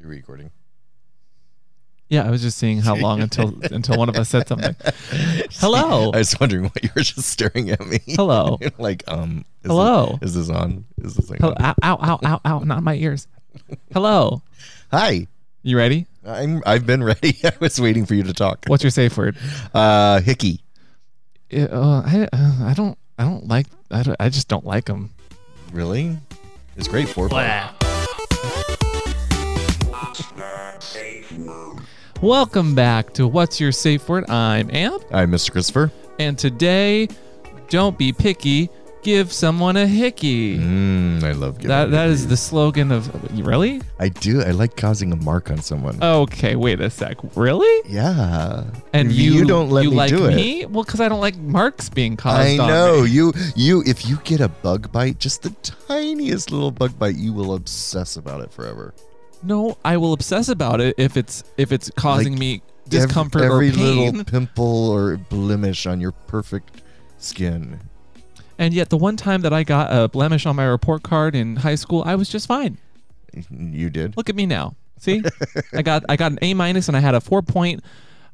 recording. Yeah, I was just seeing how long until until one of us said something. Hello. I was wondering why you were just staring at me. Hello. like, um, is Hello. This, is this on? Is this thing Hello. on? Ow, ow, ow, ow, ow, not my ears. Hello. Hi. You ready? I'm, I've been ready. I was waiting for you to talk. What's your safe word? Uh, Hickey. Uh, uh, I, uh, I don't I don't like I, don't, I just don't like them. Really? It's great for Welcome back to What's Your Safe Word? I'm Amp, I'm Mr. Christopher. and today, don't be picky. Give someone a hickey. Mm, I love giving. That that is the slogan of really. I do. I like causing a mark on someone. Okay, wait a sec. Really? yeah. And If you, don't let you me like do it. me? Well, because I don't like marks being caused. I on know me. you. You if you get a bug bite, just the tiniest little bug bite, you will obsess about it forever. No, I will obsess about it if it's if it's causing Like, me Ev- discomfort every or pain. little pimple or blemish on your perfect skin. And yet, the one time that I got a blemish on my report card in high school, I was just fine. You did. Look at me now. See, I got I got an A minus, and I had a four point,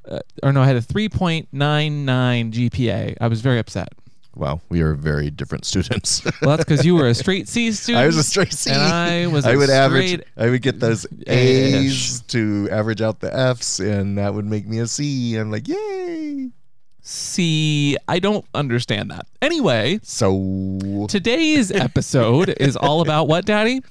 uh, or no, I had a three point nine nine GPA. I was very upset. Wow, we are very different students. Well, that's because you were a straight C student. I was a straight C. And I was I a would average. straight I would get those A-ish. A's to average out the F's, and that would make me a C. I'm like, yay! C. I don't understand that. Anyway, So today's episode is all about what, Daddy?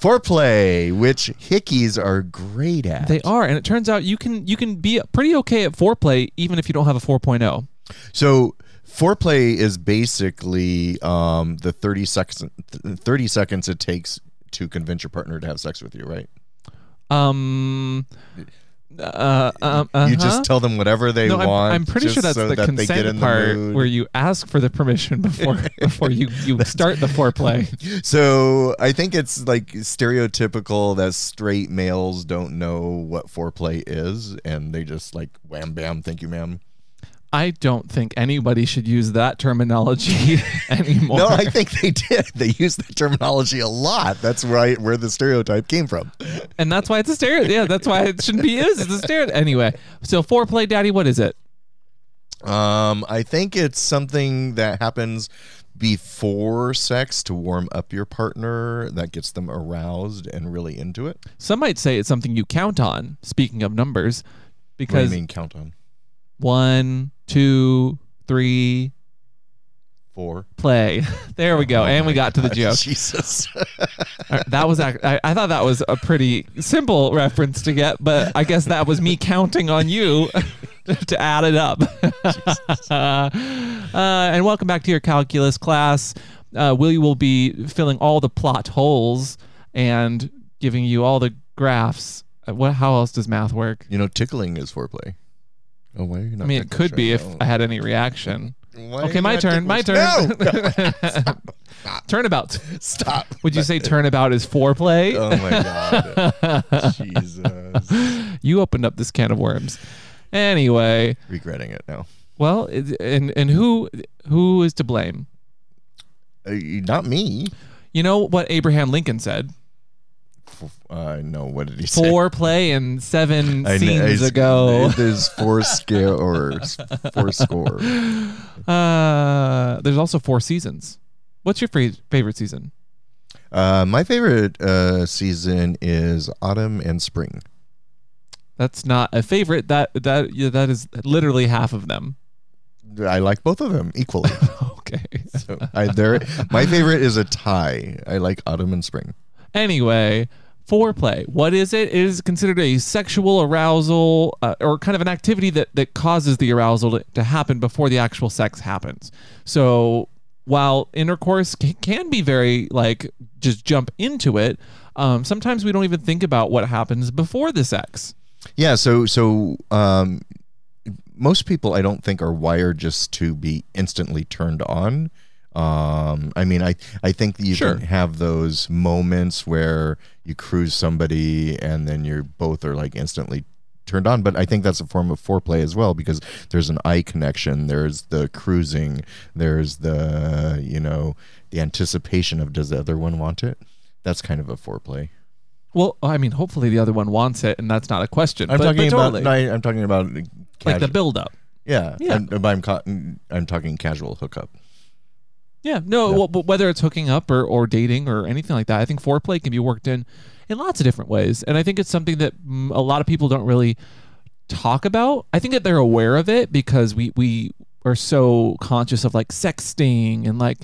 foreplay, which hickeys are great at. They are, and it turns out you can you can be pretty okay at foreplay even if you don't have a oh. 4.0. So foreplay is basically um, the 30 seconds 30 seconds it takes to convince your partner to have sex with you, right? Um. Uh, um, uh You just tell them whatever they no, I'm, want. I'm pretty just sure that's so the that they get in consent the part mood. where you ask for the permission before before you, you start the foreplay. So I think it's like stereotypical that straight males don't know what foreplay is, and they just like wham bam, thank you, ma'am. I don't think anybody should use that terminology anymore. No, I think they did. They used that terminology a lot. That's where I, where the stereotype came from. and that's why it's a stereotype. Yeah, that's why it shouldn't be used. It's a stereotype. Anyway, so foreplay, daddy, what is it? Um, I think it's something that happens before sex to warm up your partner that gets them aroused and really into it. Some might say it's something you count on. Speaking of numbers, What do you because mean count on? one, two, three, Four. play. There we go, Oh and we my got to the God, joke. Jesus. Uh, that was ac- I, I thought that was a pretty simple reference to get, but I guess that was me counting on you to add it up. uh, and welcome back to your calculus class. Uh, Willie will be filling all the plot holes and giving you all the graphs. Uh, What? How else does math work? You know, tickling is foreplay. Oh, why are you not? I mean, it tickling could be if Charlotte? I had any reaction. Why are Okay, you my not turn. My turn. tickling- No! Turnabout. Stop. Would you say uh, turnabout is foreplay? Oh my god. Jesus. you opened up this can of worms. Anyway, Regretting it now. well, it- and and who who is to blame? Uh, you- not me. You know what Abraham Lincoln said F- Uh, no, what did he say? four play and seven I know, scenes it's- ago. There's four scale or s- four score. Uh, there's also four seasons. What's your fa- favorite season? Uh, my favorite uh, season is autumn and spring. That's not a favorite. That that yeah, that is literally half of them. I like both of them equally. Okay. So I, there, my favorite is a tie. I like autumn and spring. Anyway, foreplay. What is it? It is considered a sexual arousal uh, or kind of an activity that, that causes the arousal to, to happen before the actual sex happens. So while intercourse c- can be very like just jump into it, um, sometimes we don't even think about what happens before the sex. Yeah, so so um, most people I don't think are wired just to be instantly turned on. Um, I mean, I I think that you Sure. can have those moments where you cruise somebody and then you're both are like instantly turned on. But I think that's a form of foreplay as well because there's an eye connection, there's the cruising, there's the you know the anticipation of does the other one want it. That's kind of a foreplay. Well, I mean, hopefully the other one wants it, and that's not a question. I'm but, talking but totally. about. No, I, am talking about. like the casual- build up. Yeah, Yeah. I'm, but I'm, ca- I'm talking casual hookup. Yeah, no, Yeah. Well, but whether it's hooking up or, or dating or anything like that, I think foreplay can be worked in in lots of different ways, and I think it's something that mm, a lot of people don't really talk about. I think that they're aware of it because we we are so conscious of like sexting and like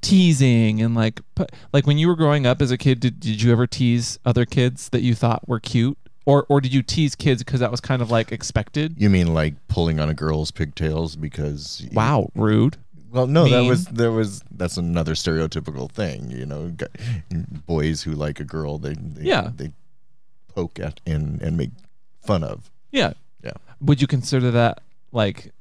teasing and like pu- like when you were growing up as a kid, did, did you ever tease other kids that you thought were cute, or or did you tease kids because that was kind of like expected? You mean like pulling on a girl's pigtails because you- Wow, rude. Well, no, that mean. was there was that's another stereotypical thing, you know, gu- boys who like a girl they, they Yeah. they poke at and and make fun of. Yeah. Yeah. Would you consider that like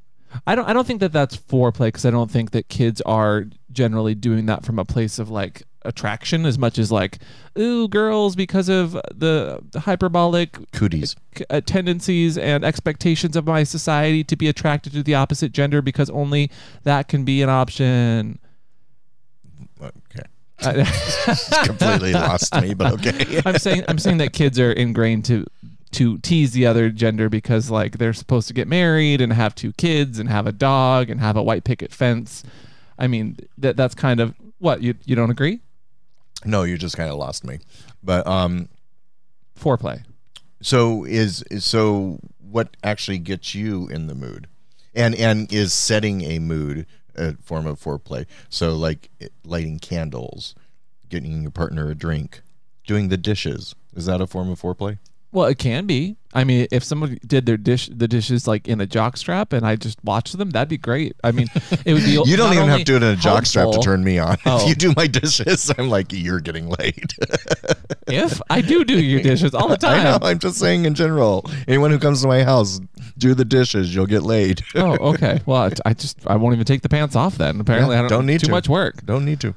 I don't I don't think that that's foreplay cuz I don't think that kids are generally doing that from a place of like attraction as much as like ooh girls because of the hyperbolic Cooties. uh, tendencies and expectations of my society to be attracted to the opposite gender because only that can be an option. Okay. I- Completely lost me, but okay. I'm saying I'm saying that kids are ingrained to to tease the other gender because like they're supposed to get married and have two kids and have a dog and have a white picket fence. I mean that that's kind of what you you don't agree? No, you just kind of lost me. But um Foreplay. so is is- so what actually gets you in the mood? And and is setting a mood a form of foreplay? So like it- lighting candles, getting your partner a drink, doing the dishes. Is that a form of foreplay? Well, it can be. I mean, if somebody did their dish the dishes like in a jockstrap and I just watched them, that'd be great. I mean, it would be You don't not even have only to do it in a jockstrap to helpful- turn me on. Oh. If you do my dishes, I'm like, you're getting laid. If I do do your dishes all the I time. know. I'm just saying in general. Anyone who comes to my house, do the dishes. You'll get laid. Oh, okay. Well, I, I just I won't even take the pants off then. Apparently, Yeah, I don't, don't need too to. much work. Don't need to.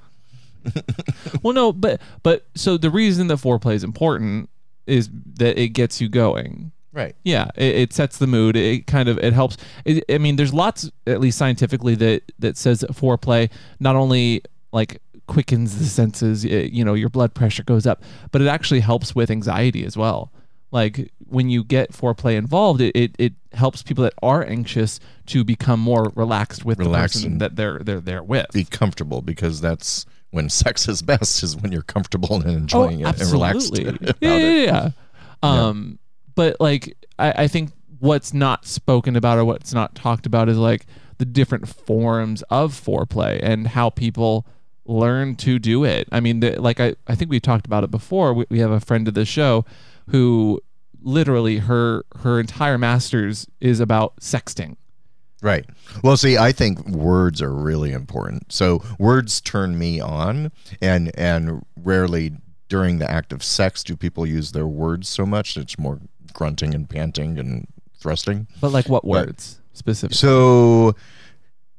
Well, no, but but so the reason that foreplay is important is that it gets you going. Right. Yeah, it, it sets the mood. It kind of it helps. It, I mean, there's lots, at least scientifically, that that says that foreplay not only like quickens the senses. It, you know, your blood pressure goes up, but it actually helps with anxiety as well. Like when you get foreplay involved, it, it, it helps people that are anxious to become more relaxed with Relaxed the person and- that they're they're they're with. Be comfortable because that's when sex is best is when you're comfortable and enjoying it and relaxed Oh, absolutely. about yeah, it. yeah, yeah. Um, but like, I, I think what's not spoken about or what's not talked about is like the different forms of foreplay and how people learn to do it. I mean, the, like I, I think we talked about it before. We, we have a friend of the show who literally her her entire master's is about sexting. Right. Well, see, I think words are really important. So words turn me on, and and rarely during the act of sex do people use their words so much. It's more grunting and panting and thrusting. But like what words specifically? So,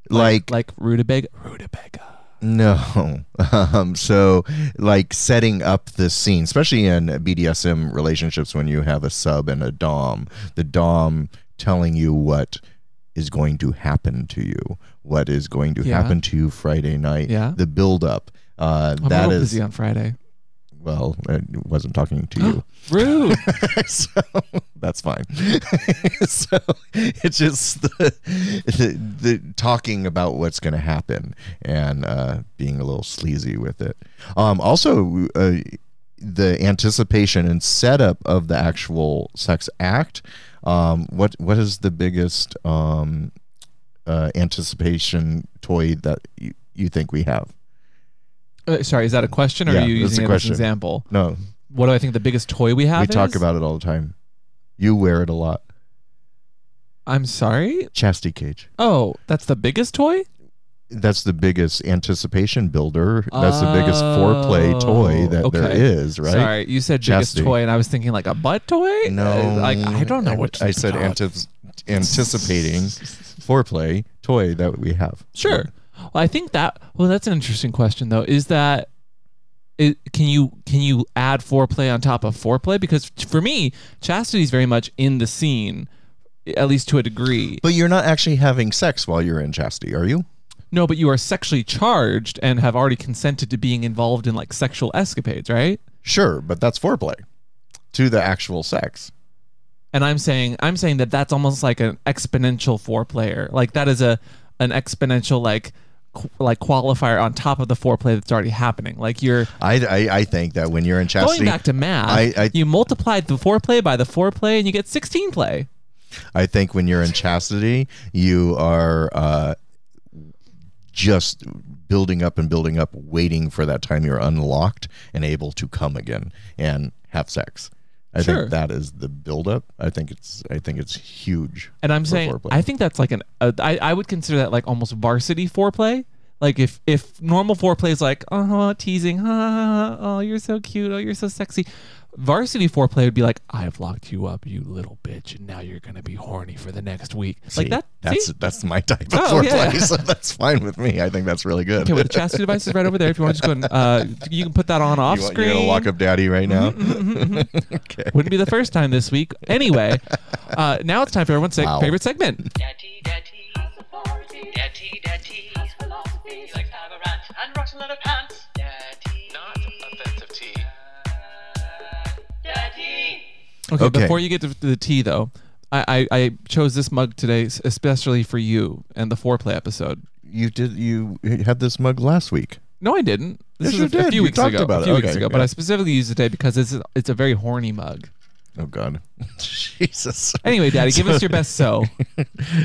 like, Like rutabaga, rutabaga. no. Um, so, like setting up the scene, especially in BDSM relationships when you have a sub and a dom, the dom telling you what is going to happen to you, what is going to Yeah. happen to you Friday night, Yeah. the build up. Uh, I'm a that little is, busy on Friday. well, I wasn't talking to you. Rude. so that's fine. so it's just the, the the talking about what's going to happen and uh, being a little sleazy with it. Um, also, uh, the anticipation and setup of the actual sex act. Um, what what is the biggest um, uh, anticipation toy that you, you think we have? Uh, sorry, is that a question or Yeah, are you that's using a it question. as an example? No, What do I think the biggest toy we have we talk is? about it all the time. You wear it a lot. I'm sorry? Chastity cage. Oh, that's the biggest toy? that's the biggest anticipation builder. That's the biggest foreplay toy Oh, that there okay. is, right? Sorry, you said Chastity. biggest toy and I was thinking like a butt toy? No, Uh, Like I don't know what I said. Oh, Antis- anticipating foreplay toy that we have. Sure. Well, I think that well that's an interesting question though. Is that it, can you can you add foreplay on top of foreplay because for me chastity is very much in the scene at least to a degree But you're not actually having sex while you're in chastity, are you? No, but you are sexually charged and have already consented to being involved in like sexual escapades, right? Sure, but that's foreplay. to the actual sex. and I'm saying I'm saying that that's almost like an exponential four player. Like that is a an exponential like qu- like qualifier on top of the foreplay that's already happening. Like you're I, I, I think that when you're in going chastity, back to math. I- I- you multiply the foreplay by the foreplay and you get 16 play. I think when you're in chastity, you are uh, just building up and building up, waiting for that time you're unlocked and able to come again and have sex. I Sure. think that is the buildup. I think it's I think it's huge. And I'm for saying foreplay. I think that's like an uh, I I would consider that like almost varsity foreplay. Like if if normal foreplay is like oh teasing huh, oh you're so cute oh you're so sexy, varsity foreplay would be like I've locked you up you little bitch and now you're gonna be horny for the next week See, like that. That's see? that's my type of Oh, foreplay, yeah. so that's fine with me. I think that's really good. Okay, well, the chastity device is right over there. If you want to just go and uh, you can put that on off you want, you're screen. Mm-hmm, gonna lock up daddy right now. okay. Wouldn't be the first time this week. Anyway, uh, now it's time for everyone's seg- Wow. favorite segment. Daddy, daddy, daddy, daddy. He likes to have a rant and rocks a lot of pants. Daddy, not offensive tea. Daddy. Okay, Okay. before you get to the tea, though, I, I, I chose this mug today s- especially for you and the foreplay episode. You did you had this mug last week. No, I didn't. Yes, This is you a, a did. few You weeks talked ago. about a it. few weeks Okay, ago, but yeah. I specifically used it today because it's it's a very horny mug. Oh god. Jesus. Anyway, Daddy, give us your best so.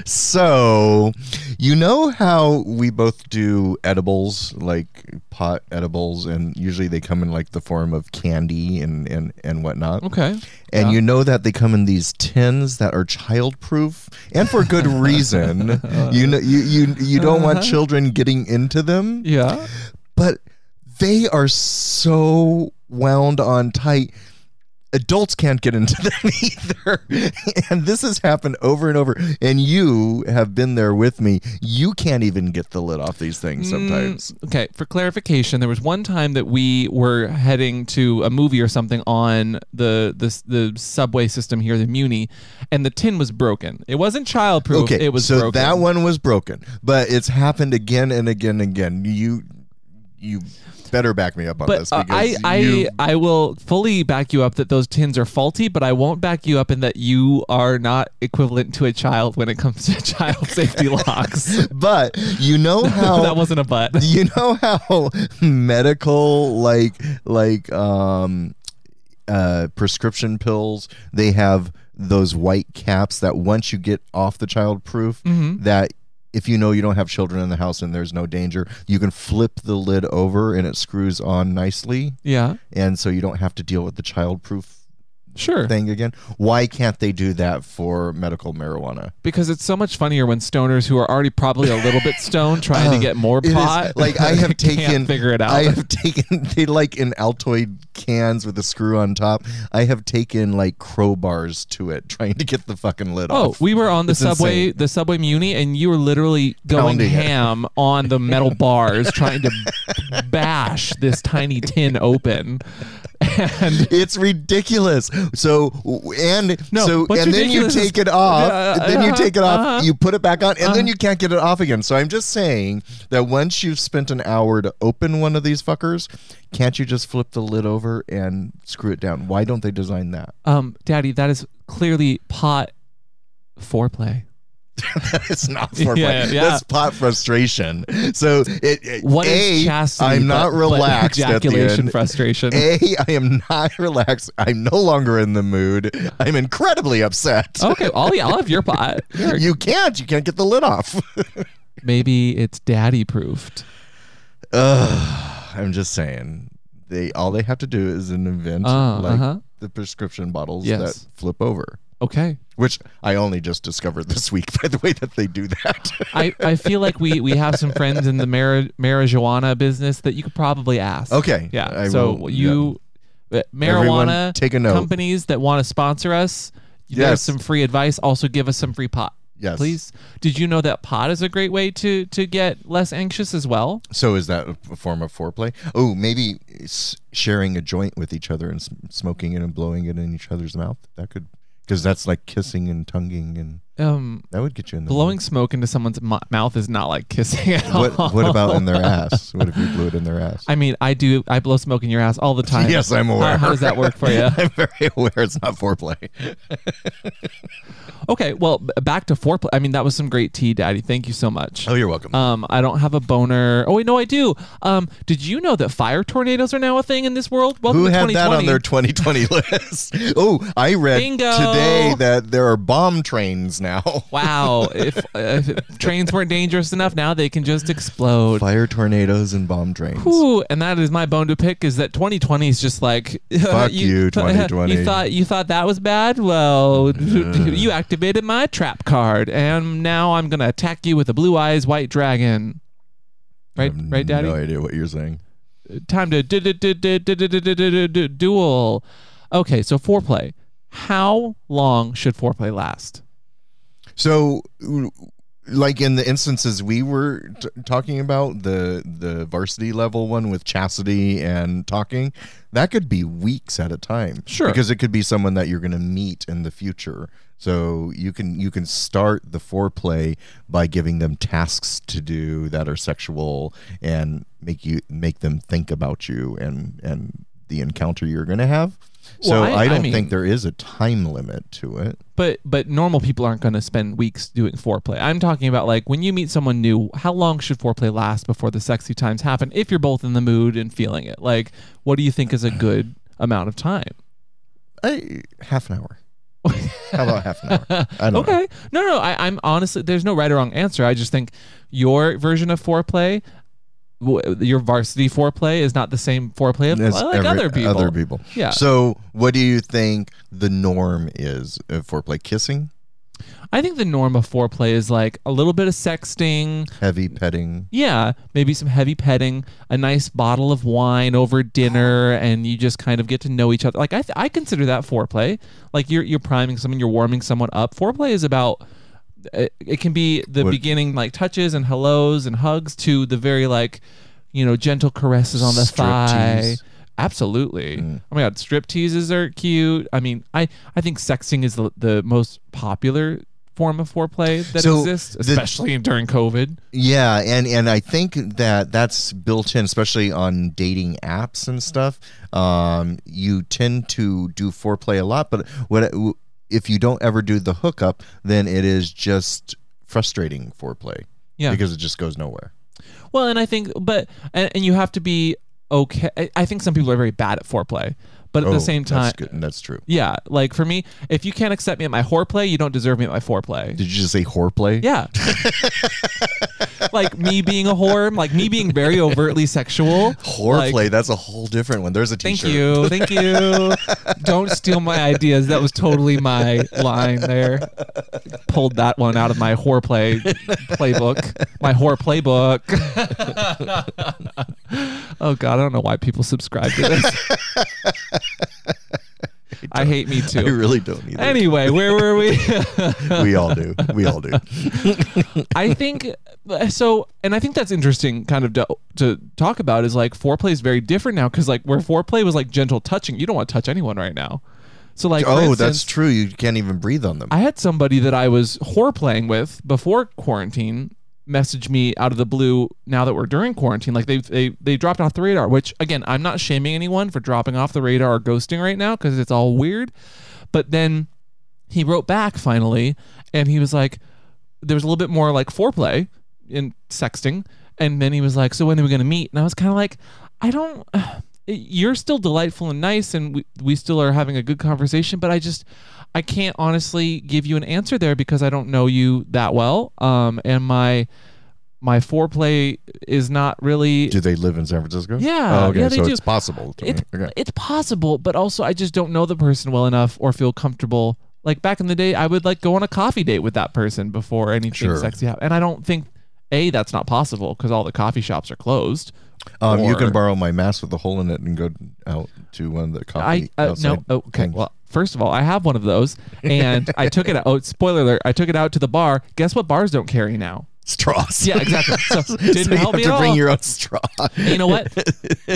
So, you know how we both do edibles, like pot edibles, and usually they come in like the form of candy and and and whatnot. Okay. And Yeah. you know that they come in these tins that are childproof, and for good reason. you know, you you you don't want Uh-huh. children getting into them Yeah. but they are so wound on tight. Adults can't get into them either. And this has happened over and over. And you have been there with me. You can't even get the lid off these Mm, things sometimes. Okay, for clarification, there was one time that we were heading to a movie or something on the the, the subway system here, the Muni, and the tin was broken. It wasn't childproof. Okay. it was so broken. that one was broken, but it's happened again and again and again. You you better back me up on this But uh, I because I you, I will fully back you up that those tins are faulty, but I won't back you up in that you are not equivalent to a child when it comes to child safety locks. but you know how that wasn't a butt. you know how medical like like um uh prescription pills they have those white caps that once you get off the child proof Mm-hmm. that if you know you don't have children in the house and there's no danger you can flip the lid over and it screws on nicely Yeah, and so you don't have to deal with the child proof sure. thing again why can't they do that for medical marijuana Because it's so much funnier when stoners who are already probably a little bit stoned trying to Uh, get more It is- pot. like I have can't taken figure it out. I have taken they like in Altoid cans with a screw on top. I have taken like crowbars to it trying to get the fucking lid Oh, off. we were on the It's subway, insane. the subway Muni, and you were literally going Pounding it. ham on the metal bars, trying to bash this tiny tin open. And It's ridiculous. So w- and No, so what's and then you ridiculous is- take it off. Yeah, then you uh-huh, take it off. uh-huh. You put it back on, and then you can't get it off again. So I'm just saying that once you've spent an hour to open one of these fuckers, can't you just flip the lid over and screw it down? Why don't they design that? um, Daddy, that is clearly pot foreplay. It's not foreplay. Yeah, yeah. That's pot frustration. So it, it What a, is chastity? I'm but- not but relaxed at the ejaculation end. frustration. A, I am not relaxed. I'm no longer in the mood. I'm incredibly upset. okay, I'll, I'll have your pot. Here. You can't. You can't get the lid off. Maybe it's daddy proofed. Ugh, I'm just saying. They all they have to do is an invent Uh, like uh-huh. the prescription bottles Yes. that flip over. Okay. Which I only just discovered this week, by the way, that they do that. I, I feel like we, we have some friends in the mari- marijuana business that you could probably ask. Okay, Yeah. I so will- you uh, Everyone marijuana take a note. companies that want to sponsor us, there's Yes. some free advice. Also give us some free pot. Yes. Please. Did you know that pot is a great way to to get less anxious as well? So is that a f- form of foreplay? Oh, maybe s- sharing a joint with each other and s- smoking it and blowing it in each other's mouth. That could, because that's like kissing and tonguing and um, That would get you in the blowing mood. smoke into someone's mu- mouth is not like kissing at all. What what about in their ass? What if you blew it in their ass? I mean, I do. I blow smoke in your ass all the time. yes, I'm aware. How, how does that work for you? I'm very aware it's not foreplay. Okay, well, b- back to foreplay. I mean, that was some great tea, Daddy. Thank you so much. Oh, you're welcome. Um, I don't have a boner. Oh wait, no, I do. Um, did you know that fire tornadoes are now a thing in this world? Welcome Who to had that on 2020. their 2020 list? Oh, I read Bingo. today that there are bomb trains now. wow, if, if trains weren't dangerous enough, now they can just explode. Fire tornadoes and bomb trains. Whew, and that is my bone to pick is that 2020 is just like Fuck you, 2020. You thought you thought that was bad? Well, you activated my trap card, and now I'm gonna attack you with a blue eyes white dragon. Right, I have right, Daddy. Um, No idea what you're saying. Time to du- du- du- du- du- du- du- du- du- du- du- duel. Okay, so foreplay. How long should foreplay last? So, like in the instances we were t- talking about, the the varsity level one with chastity and talking, that could be weeks at a time. Sure. because it could be someone that you're going to meet in the future. So you can you can start the foreplay by giving them tasks to do that are sexual and make you make them think about you and and the encounter you're going to have. So Well, I- I, I don't mean- think there is a time limit to it. But but normal people aren't going to spend weeks doing foreplay. I'm talking about like when you meet someone new, how long should foreplay last before the sexy times happen if you're both in the mood and feeling it? Like what do you think is a good amount of time? I, half an hour. How about half an hour? I don't know. Okay. No, no, I, I'm honestly, there's no right or wrong answer. I just think your version of foreplay, w- your varsity foreplay, is not the same foreplay of, That's like every- other people. Other people. Yeah. So, what do you think the norm is uh, for play? Kissing, I think the norm of foreplay is like a little bit of sexting. heavy petting. Yeah, maybe some heavy petting, a nice bottle of wine over dinner, and you just kind of get to know each other. Like I, th- I consider that foreplay. Like you're you're priming someone, you're warming someone up. Foreplay is about. It, it can be the What- beginning, like touches and hellos and hugs, to the very like, you know, gentle caresses on the thigh. Striptease. Mm. Absolutely. Oh my god, strip teases are cute. I mean, I I think sexting is the, the most popular form of foreplay that So exists, the- especially during COVID. Yeah, and and I think that that's built in, especially on dating apps and stuff. Um, you tend to do foreplay a lot, but what uh, if you don't ever do the hookup? Then it is just frustrating foreplay. Yeah. because it just goes nowhere. Well, and I think, but and, and you have to be okay. I, I think some people are very bad at foreplay, but at Oh, the same uh, time, that's, good. and that's true. yeah. Like for me, if you can't accept me at my whoreplay, you don't deserve me at my foreplay. Did you just say whoreplay? Yeah. like me being a whore, like me being very overtly sexual. Whoreplay, Like, that's a whole different one. There's a t-shirt. Thank you. Thank you. Don't steal my ideas. That was totally my line there. Pulled that one out of my whoreplay playbook. My whore playbook. oh god, I don't know why people subscribe to this. I hate me I too. really don't need it. Anyway, where were we? We all do. We all do. I think so, and I think that's interesting, kind of to, to talk about. Is like foreplay is very different now because like where foreplay was like gentle touching, you don't want to touch anyone right now. So like, for oh, instance, that's true. You can't even breathe on them. I had somebody that I was whore playing with before quarantine message me out of the blue now that we're during quarantine like they they they dropped off the radar which again I'm not shaming anyone for dropping off the radar or ghosting right now cuz it's all weird but then he wrote back finally and he was like there was a little bit more like foreplay in sexting and then he was like so when are we going to meet and i was kind of like i don't you're still delightful and nice and we, we still are having a good conversation but i just i can't honestly give you an answer there because i don't know you that well um and my my foreplay is not really do they live in San Francisco? Yeah, Oh, okay, yeah, they so do. it's possible. to- it, okay. it's possible, but also I just don't know the person well enough or feel comfortable. Like back in the day, I would like go on a coffee date with that person before anything Sure. sexy happened, and I don't think a that's not possible because all the coffee shops are closed. Um, you Or- can borrow my mask with a hole in it and go out to one of the coffee. I uh, no Oh, outside okay. things. Well, first of all, I have one of those, and I took it. Out, oh, spoiler alert! I took it out to the bar. Guess what? Bars don't carry now. straws. Yeah, exactly. So didn't so you help have me to at bring all. your own straw. And you know what?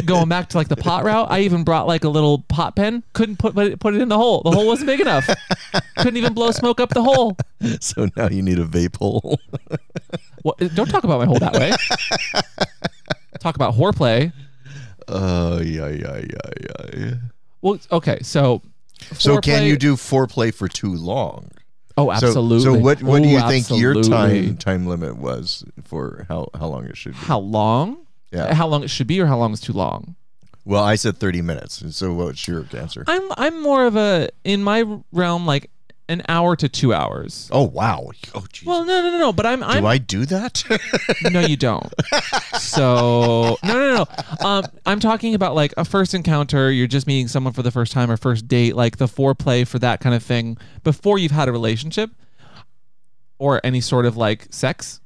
Going back to like the pot route, I even brought like a little pot pen. Couldn't put put it, put it in the hole. The hole wasn't big enough. Couldn't even blow smoke up the hole. so now you need a vape hole. What, don't talk about my hole that way. talk about whoreplay. Oh yeah, yeah, yeah, yeah, yeah. Well, okay, so So can foreplay- you do foreplay for too long? Oh, So- absolutely. So, what what do Oh, you think your absolutely. time time limit was for how how long it should be? How long? Yeah. How long it should be, or how long is too long? Well, I said thirty minutes. So what's your answer? I'm I'm more of a in my realm like an hour to two hours. Oh wow. Oh geez. Well, no, no, no, no. But I'm do I'm I do that? no, you don't. So no, no, no. Um, I'm talking about like a first encounter. You're just meeting someone for the first time or first date, like the foreplay for that kind of thing before you've had a relationship or any sort of like sex.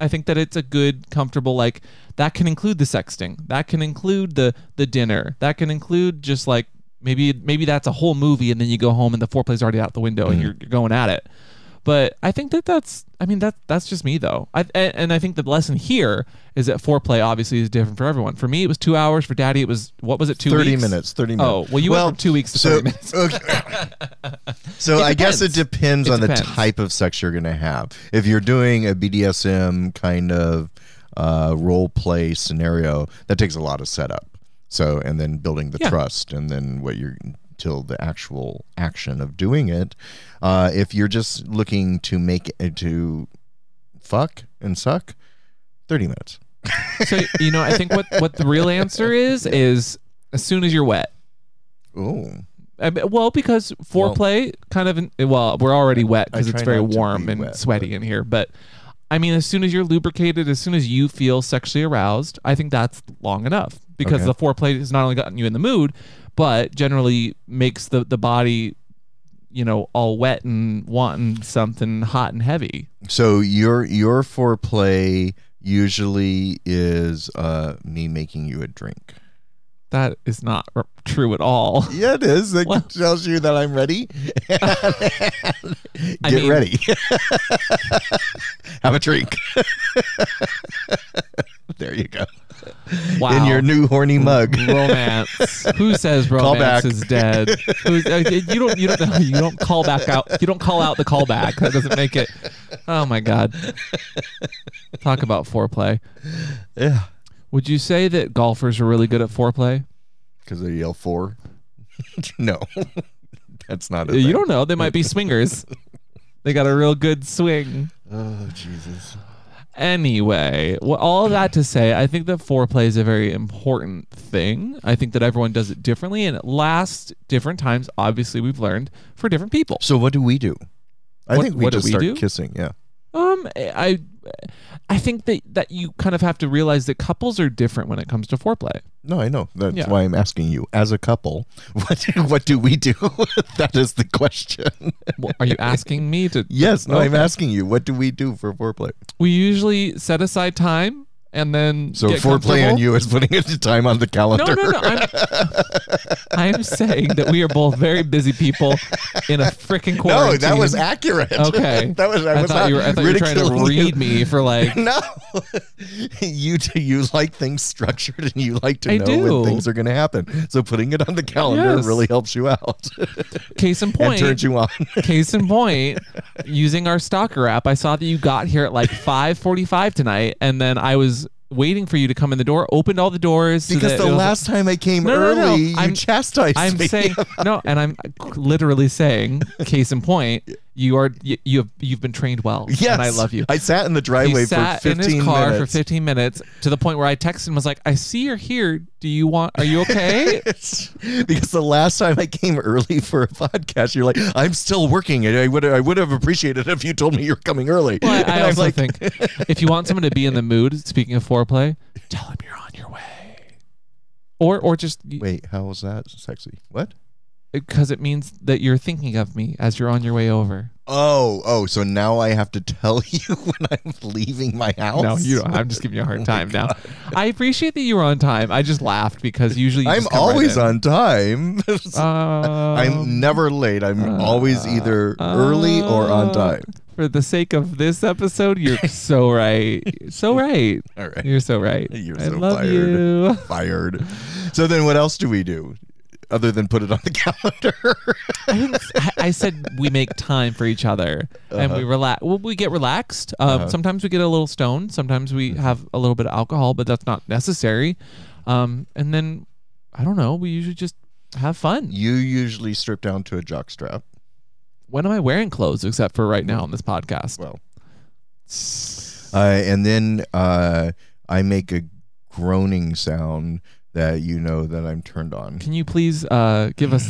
I think that it's a good, comfortable like that can include the sexting, that can include the the dinner, that can include just like maybe maybe that's a whole movie and then you go home and the foreplay's already out the window Mm-hmm. and you're, you're going at it but I think that that's I mean that that's just me though. I and, and I think the lesson here is that foreplay obviously is different for everyone. For me, it was two hours. For Daddy, it was what was it two thirty weeks? minutes. Thirty minutes. Oh, well, you went from two weeks to so, 30 minutes. okay. so I guess it depends It on the depends. type of sex you're going to have. If you're doing a BDSM kind of uh, role play scenario, that takes a lot of setup. So, and then building the Yeah. trust, and then what you're till the actual action of doing it. Uh, if you're just looking to make uh, to fuck and suck, thirty minutes. So you know, I think what what the real answer is is as soon as you're wet. Ooh. I mean, well, because foreplay kind of in- well, we're already wet because I it's try very not to warm be and wet, sweaty in here, but. I mean, as soon as you're lubricated, as soon as you feel sexually aroused, I think that's long enough because Okay. the foreplay has not only gotten you in the mood, but generally makes the, the body, you know, all wet and wanting something hot and heavy. So your your foreplay usually is uh, me making you a drink. That is not r- true at all. Yeah, it is. That Well- tells you that I'm ready. Get mean- ready. Have a drink. there you go. Wow. Mm-hmm. In your new horny mug. romance. Who says Call romance back. is dead? Who's, uh, you don't you don't you don't call back out. You don't call out the callback. That doesn't make it. Oh my god. Talk about foreplay. yeah. Would you say that golfers are really good at foreplay? Because they yell four. no. That's not a You thing. don't know. They might be swingers. They got a real good swing. Oh Jesus. Anyway, well, all of that to say, I think that foreplay is a very important thing. I think that everyone does it differently, and it lasts different times. Obviously, we've learned for different people. So what do we do? I What- think we what do just we start do? kissing, yeah. Um, I, I think that that you kind of have to realize that couples are different when it comes to foreplay. No, I know. That's Yeah. why I'm asking you, as a couple, what what do we do? that is the question. Well, are you asking me to? yes, no, I'm Okay. asking you, what do we do for foreplay? We usually set aside time and then So get foreplay on comfortable. you is putting a time on the No, calendar. no, no. I'm, I'm saying that we are both very busy people in a freaking quarantine. No, that was accurate. okay. that was I, I was thought not you were. I thought you were trying to ridiculing you. read me for like. No, you t- you like things structured, and you like to I know do. when things are going to happen. So putting it on the calendar Yes. really helps you out Case in and point. turns you on. Case in point, using our stalker app, I saw that you got here at like 5:45 tonight, and then I was waiting for you to come in the door. Opened all the doors so Because that the it was- last time I came No, no, early, no, you I'm- chastised I'm me. saying no, and I'm literally saying, case in point, you are you, you have you've been trained well, Yes, and I love you. I sat in the He driveway sat for in 15 his car minutes. for 15 minutes to the point where I texted him, was like, "I see you're here. Do you want? Are you okay?" because the last time I came early for a podcast, you're like, "I'm still working," and I would I would have appreciated if you told me you're coming early. Well, I, I And I'm also like, think if you want someone to be in the mood, speaking of foreplay, tell them you're on your way. Or, or just Wait, how was that sexy? What? because it means that you're thinking of me as you're on your way over. Oh, oh, so now I have to tell you when I'm leaving Oh my Oh house. No, you don't. I'm just giving you a hard time now. I appreciate that you were on time. I just laughed because usually you I'm just come right always in. on time. Um, I'm never late. I'm always either early or on uh, time. For the sake of this episode, you're so right. So right. All right. You're so right. You're I so love fired. you. fired. So then what else do we do? other than put it on the calendar. I think I- I said we make time for each other and we relax. Well, we get relaxed. Um, Sometimes we get a little stoned. Sometimes we have a little bit of alcohol, but that's not necessary. Um, and then I don't know. We usually just have fun. you usually strip down to a jockstrap. When am I wearing clothes except for right now on this podcast? Well, uh, and then uh, I make a groaning sound that you know that I'm turned on. Can you please uh, give us?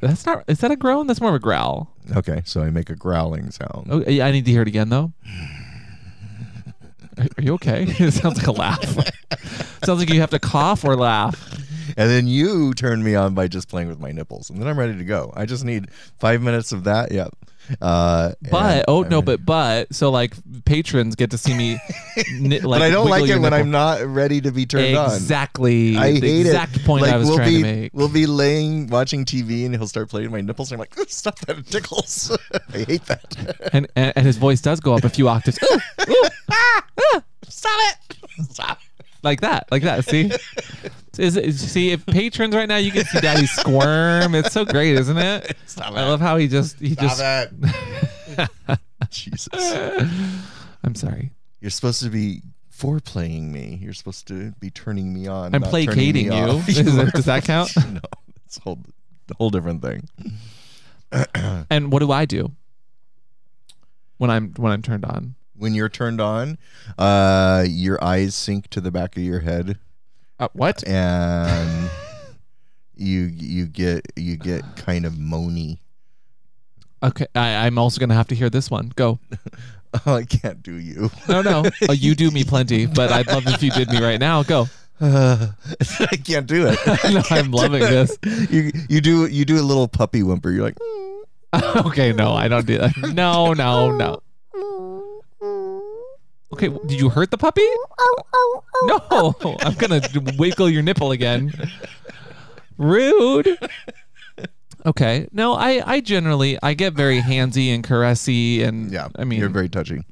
That's not. Is that a groan? That's more of a growl. Okay, so I make a growling sound. Oh, I I need to hear it again though. Are are you okay? it sounds like a laugh. sounds like you have to cough or laugh. And then you turn me on by just playing with my nipples, and then I'm ready to go. I just need five minutes of that. Yep. Uh, But and oh I'm no, ready. but but so like patrons get to see me. ni- like, but I don't wiggle like your it when nipple. I'm not ready to be turned on. exactly. I the hate exact it. point like, I was we'll trying be, to make. We'll be laying watching TV, and he'll start playing my nipples, and I'm like, "Ooh, stop that! It tickles. I hate that. And, and and his voice does go up a few octaves. Ooh, ooh, stop it! Stop." like that, like that. See, is it, see if patrons right now you can see Daddy squirm. It's so great, isn't it? Stop I love how he just he just. Stop it. Jesus. I'm sorry. You're supposed to be foreplaying me. You're supposed to be turning me on. I'm not turning me placating you. off. Is that- are- does that count? no, it's a whole, a whole different thing. And what do I do when I'm when I'm turned on? When you're turned on, uh, your eyes sink to the back of your head, Uh, what? and you you get you get kind of moany. Okay, I, I'm also gonna have to hear this one. Go. Oh, I can't do you. No, no. Oh, you do me plenty, but I'd love if you did me right now. Go. I can't do it. No, I'm loving this. You you do you do a little puppy whimper. You're like. Okay, no, I don't do that. No, no, no. Mm, Okay, w- did you hurt the puppy? oh, No, I'm gonna d- wiggle your nipple again. Rude. Okay, no, I I generally I get very handsy and caressy and Yeah, I mean you're very touchy,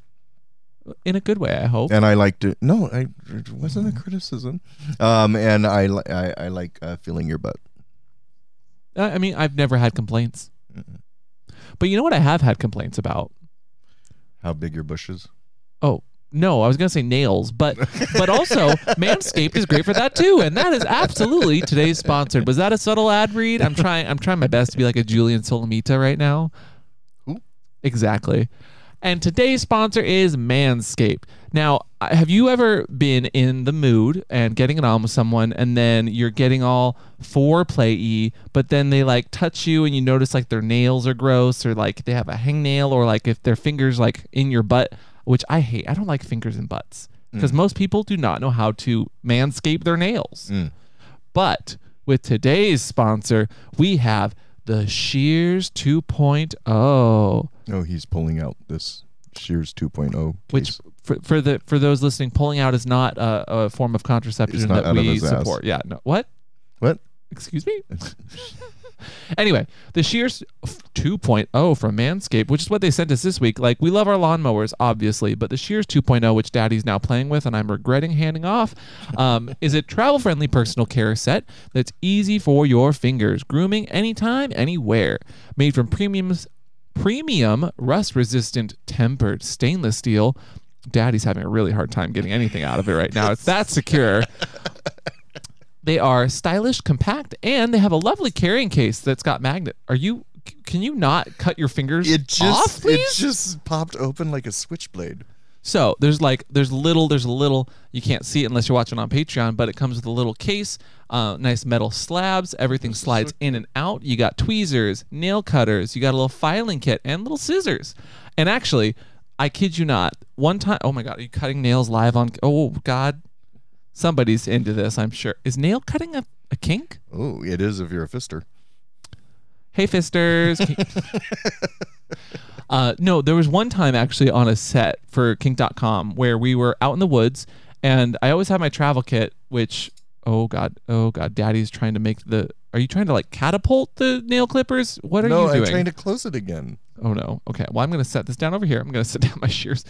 in a good way. I hope. and I like to. No, I it wasn't a criticism. Um, and I li- I, I like uh, feeling your butt. I I mean, I've never had complaints. But you know what? I have had complaints about. How big your bush is? Oh no, I was gonna say nails, but but also Manscaped is great for that too, and that is absolutely today's sponsored. Was that a subtle ad read? I'm trying. I'm trying my best to be like a Julian Solomita right now. Who? Exactly. And today's sponsor is Manscaped. Now, I- have you ever been in the mood and getting it on with someone, and then you're getting all foreplay y, but then they like touch you and you notice like their nails are gross or like they have a hangnail or like if their fingers like in your butt, which I hate. I don't like fingers in butts because most people do not know how to manscape their nails. But with today's sponsor, we have the Shears oh. 2.0. No, Oh, he's pulling out this Shears oh, 2.0. which case. for, for the for those listening, pulling out is not a, a form of contraception not that out of we his ass. support. Yeah. No. What? what? Excuse me. anyway, the Shears 2.0 from Manscaped, which is what they sent us this week. Like we love our lawnmowers, obviously, but the Shears 2.0, oh, which Daddy's now playing with, and I'm regretting handing off, um, is a travel-friendly personal care set that's easy for your fingers, grooming anytime, anywhere, made from premiums premium rust resistant tempered stainless steel. Daddy's having a really hard time getting anything out of it right now. It's that secure. They are stylish, compact, and they have a lovely carrying case that's got magnet. Are you? c- Can you not cut your fingers It just off, please? it just popped open like a switchblade. So there's like there's little there's a little you can't see it unless you're watching on Patreon, but it comes with a little case, uh, nice metal slabs. Everything slides in and out. You got tweezers, nail cutters. You got a little filing kit and little scissors. And actually, I kid you not, one time. Oh my God, are you cutting nails live on? Oh God, somebody's into this. I'm sure. Is nail cutting a, a kink? Oh, it is if you're a fister. Hey, fisters. uh, no, there was one time actually on a set for kink.com where we were out in the woods, and I always have my travel kit, which, oh God, oh God, daddy's trying to make the. Are you trying to like catapult the nail clippers? What are no, you I'm doing? trying to close it again. Oh no. Okay. Well, I'm going to set this down over here. I'm going to set down my shears.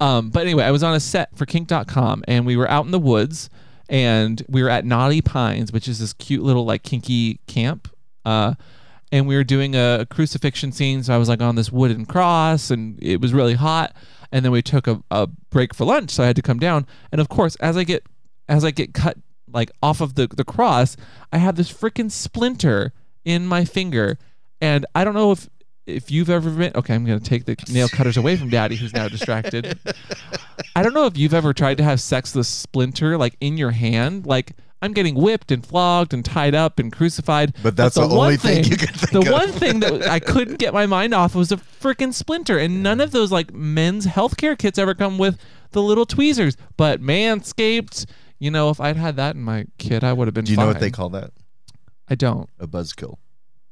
Um, but anyway, I was on a set for kink.com and we were out in the woods and we were at Naughty Pines, which is this cute little like kinky camp. Uh, and we were doing a, a crucifixion scene, so I was like on this wooden cross, and it was really hot. And then we took a, a break for lunch, so I had to come down. And of course, as I get as I get cut like off of the the cross, I have this freaking splinter in my finger, and I don't know if if you've ever been okay. I'm gonna take the nail cutters away from Daddy, who's now distracted. I don't know if you've ever tried to have sex with a splinter like in your hand, like. I'm getting whipped and flogged and tied up and crucified. But that's the one only thing you could think The of. one thing that I couldn't get my mind off was a freaking splinter, and none of those like men's healthcare kits ever come with the little tweezers. But Manscaped, you know, if I'd had that in my kit, I would have been. Do you know what they fine. call that? I don't. A buzzkill.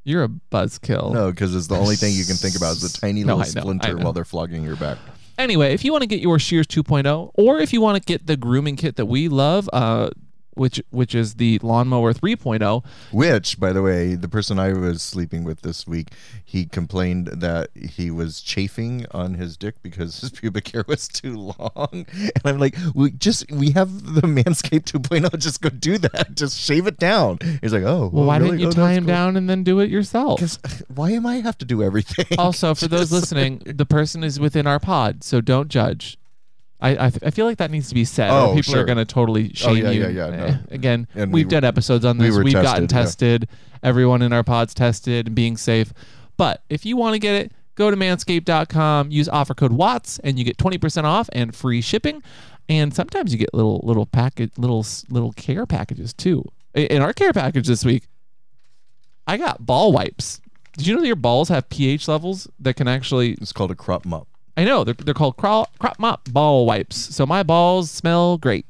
You're a buzzkill. No, because it's the only thing you can think about is the tiny No, little I know, I splinter know. while they're flogging your back. Anyway, if you want to get your Shears 2.0, or if you want to get the grooming kit that we love, uh, which which is the lawnmower oh, 3.0, Which, by the way, the person I was sleeping with this week, he complained that he was chafing on his dick because his pubic hair was too long. And I'm like, we just we have the Manscaped 2.0. Just go do that. Just shave it down. He's like, oh, well, why didn't you tie him down? down and then do it yourself? Because uh, why am I have to do everything? Also, for those Just- listening, the person is within our pod, so don't judge. I, I, I feel like that needs to be said. or Oh, people are sure. going to totally shame yeah, you. yeah, yeah, no. Eh, Again, And we we've were- done episodes on we this. were have gotten tested, tested. Everyone in our pod's tested and being safe. But if you want to get it, go to manscaped.com, use offer code WATTS, and you get 20% off and free shipping. And sometimes you get little little package little s- little care packages too. I- In our care package this week, I got ball wipes. Did you know that your balls have pH levels that can actually? it's called a crop mop. I know they're, they're called crawl, crop mop ball wipes. So my balls smell great.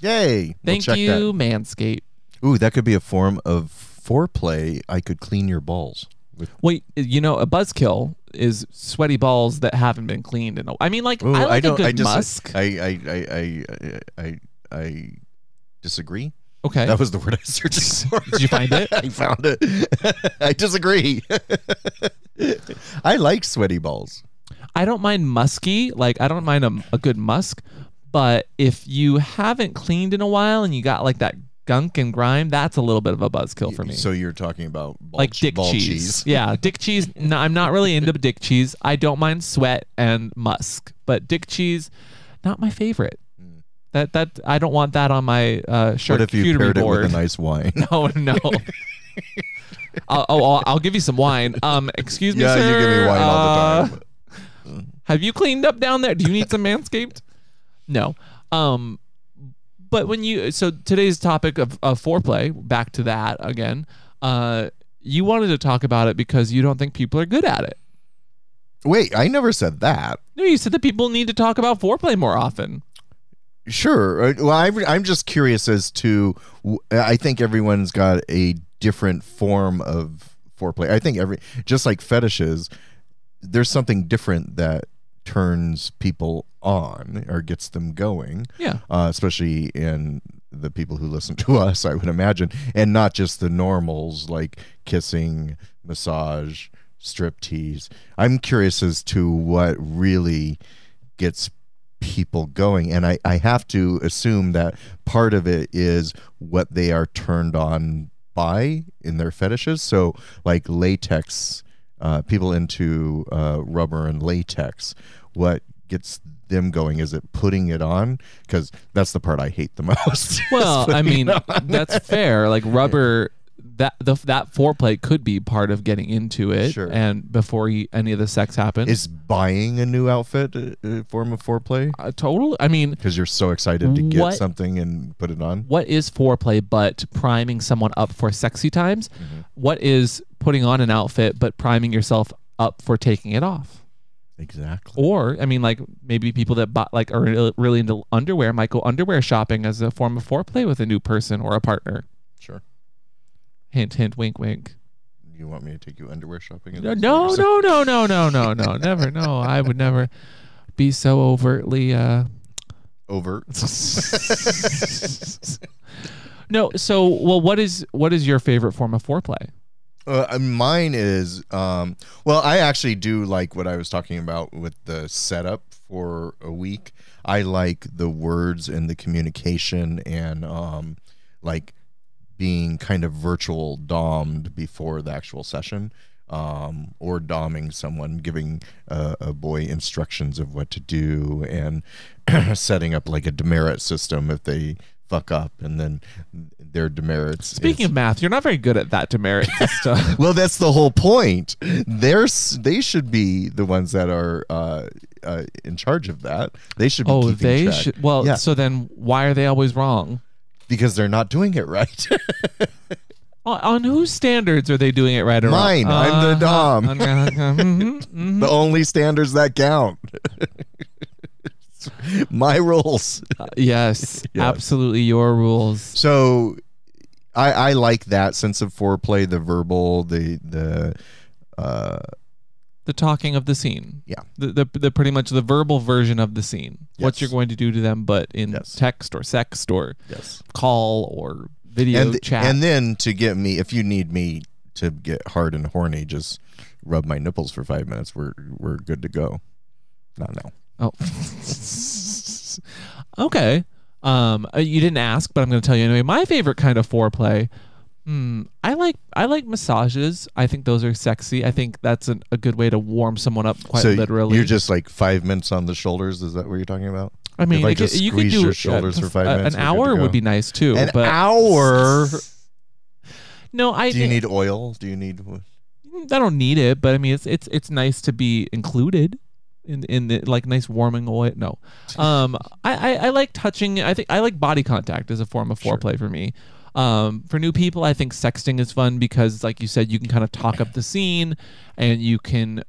Yay! We'll Thank check you, Manscaped. That. Ooh, that could be a form of foreplay. I could clean your balls. With, Wait, you know a buzzkill is sweaty balls that haven't been cleaned. And I mean, like Ooh, I like a don't. good I just. musk. I, I, I, I, I, I, I disagree. okay, That was the word I was searching for. Did you find it? I found it. I disagree. I like sweaty balls. I don't mind musky. Like I don't mind a, a good musk, but if you haven't cleaned in a while and you got like that gunk and grime, that's a little bit of a buzzkill for me. So you're talking about ball like ch- dick ball cheese. Yeah, dick cheese. No, I'm not really into dick cheese. I don't mind sweat and musk, but dick cheese, not my favorite. That that I don't want that on my uh, Mm. What if you charcuterie paired it board. with a nice wine? no, Oh, no. I'll, oh, I'll, I'll give you some wine. Um, excuse me, yeah, you give me sir, wine all uh, the time. Have you cleaned up down there? Do you need some manscaped? No. Um, but when you so today's topic of, of foreplay, back to that again. Uh, you wanted to talk about it because you don't think people are good at it. Wait, I never said that. No, you said that people need to talk about foreplay more often. Sure. Uh, Well, I, I'm just curious as to. w- I think everyone's got a different form of foreplay. I think every just like fetishes, there's something different that turns people on or gets them going. Yeah. Uh, especially in the people who listen to us, I would imagine, and not just the normals like kissing, massage, striptease. I'm curious as to what really gets people going. And I, I have to assume that part of it is what they are turned on by in their fetishes. So, like latex, uh, people into uh, rubber and latex, what gets them going? Is it putting it on? Because that's the part I hate the most. Well, It's I putting mean, it on. that's fair. Like rubber, that the that foreplay could be part of getting into it, Sure. and before you, any of the sex happens. is buying a new outfit a, a form of foreplay? a Uh, total. I mean, Because you're so excited to get What- something and put it on. what is foreplay but priming someone up for sexy times? Mm-hmm. What is putting on an outfit but priming yourself up for taking it off? Exactly. Or I mean, like maybe people that buy, like are re- really into underwear might go underwear shopping as a form of foreplay with a new person or a partner. Sure. Hint, hint, wink, wink. You want me to take you underwear shopping? No, no, no, no, no, no, no, no. Never. No, I would never be so overtly. Uh, Overt. no. So, well, what is what is your favorite form of foreplay? Uh, uh, mine is um, well. I actually do like what I was talking about with the setup for a week. I like the words and the communication and um, like being kind of virtual dommed before the actual session, um, or doming someone, giving uh, a boy instructions of what to do, and setting up like a demerit system if they fuck up, and then their demerits. Speaking of math, you're not very good at that demerit uh, stuff. Well, that's the whole point. They're s- they should be the ones that are uh, uh, in charge of that. They should be Oh, keeping they track. should. Well, Yeah. so then why are they always wrong? because they're not doing it right. On, on whose standards are they doing it right or wrong? Mine. I'm the Uh-huh. dom. Mhm, mhm. the only standards that count. My rules. yes, Yes. absolutely. Your rules. So I, I like that sense of foreplay, the verbal, the the uh, The talking of the scene. Yeah. The, the, the pretty much the verbal version of the scene. What Yes. you're going to do to them, but in Yes. text or sext or yes. call or video and, th- chat. and then to get me if you need me to get hard and horny just rub my nipples for five minutes we're we're good to go not now Oh. okay. Um, uh, you didn't ask, but I'm going to tell you anyway. My favorite kind of foreplay. Hmm, I like I like massages. I think those are sexy. I think that's an, a good way to warm someone up. Quite so literally, you're just like five minutes on the shoulders is that what you're talking about I mean, if I it could- just you could squeeze do your uh, shoulders for five uh, minutes, An we're good to hour go. would be nice too. an but hour no, I do you need oil do you need I don't need it, but I mean, it's it's it's nice to be included in in the like nice warming oil. No, um, I, I I like touching. I think I like body contact as a form of Sure. foreplay for me. Um, for new people, I think sexting is fun because, like you said, you can kind of talk up the scene, and you can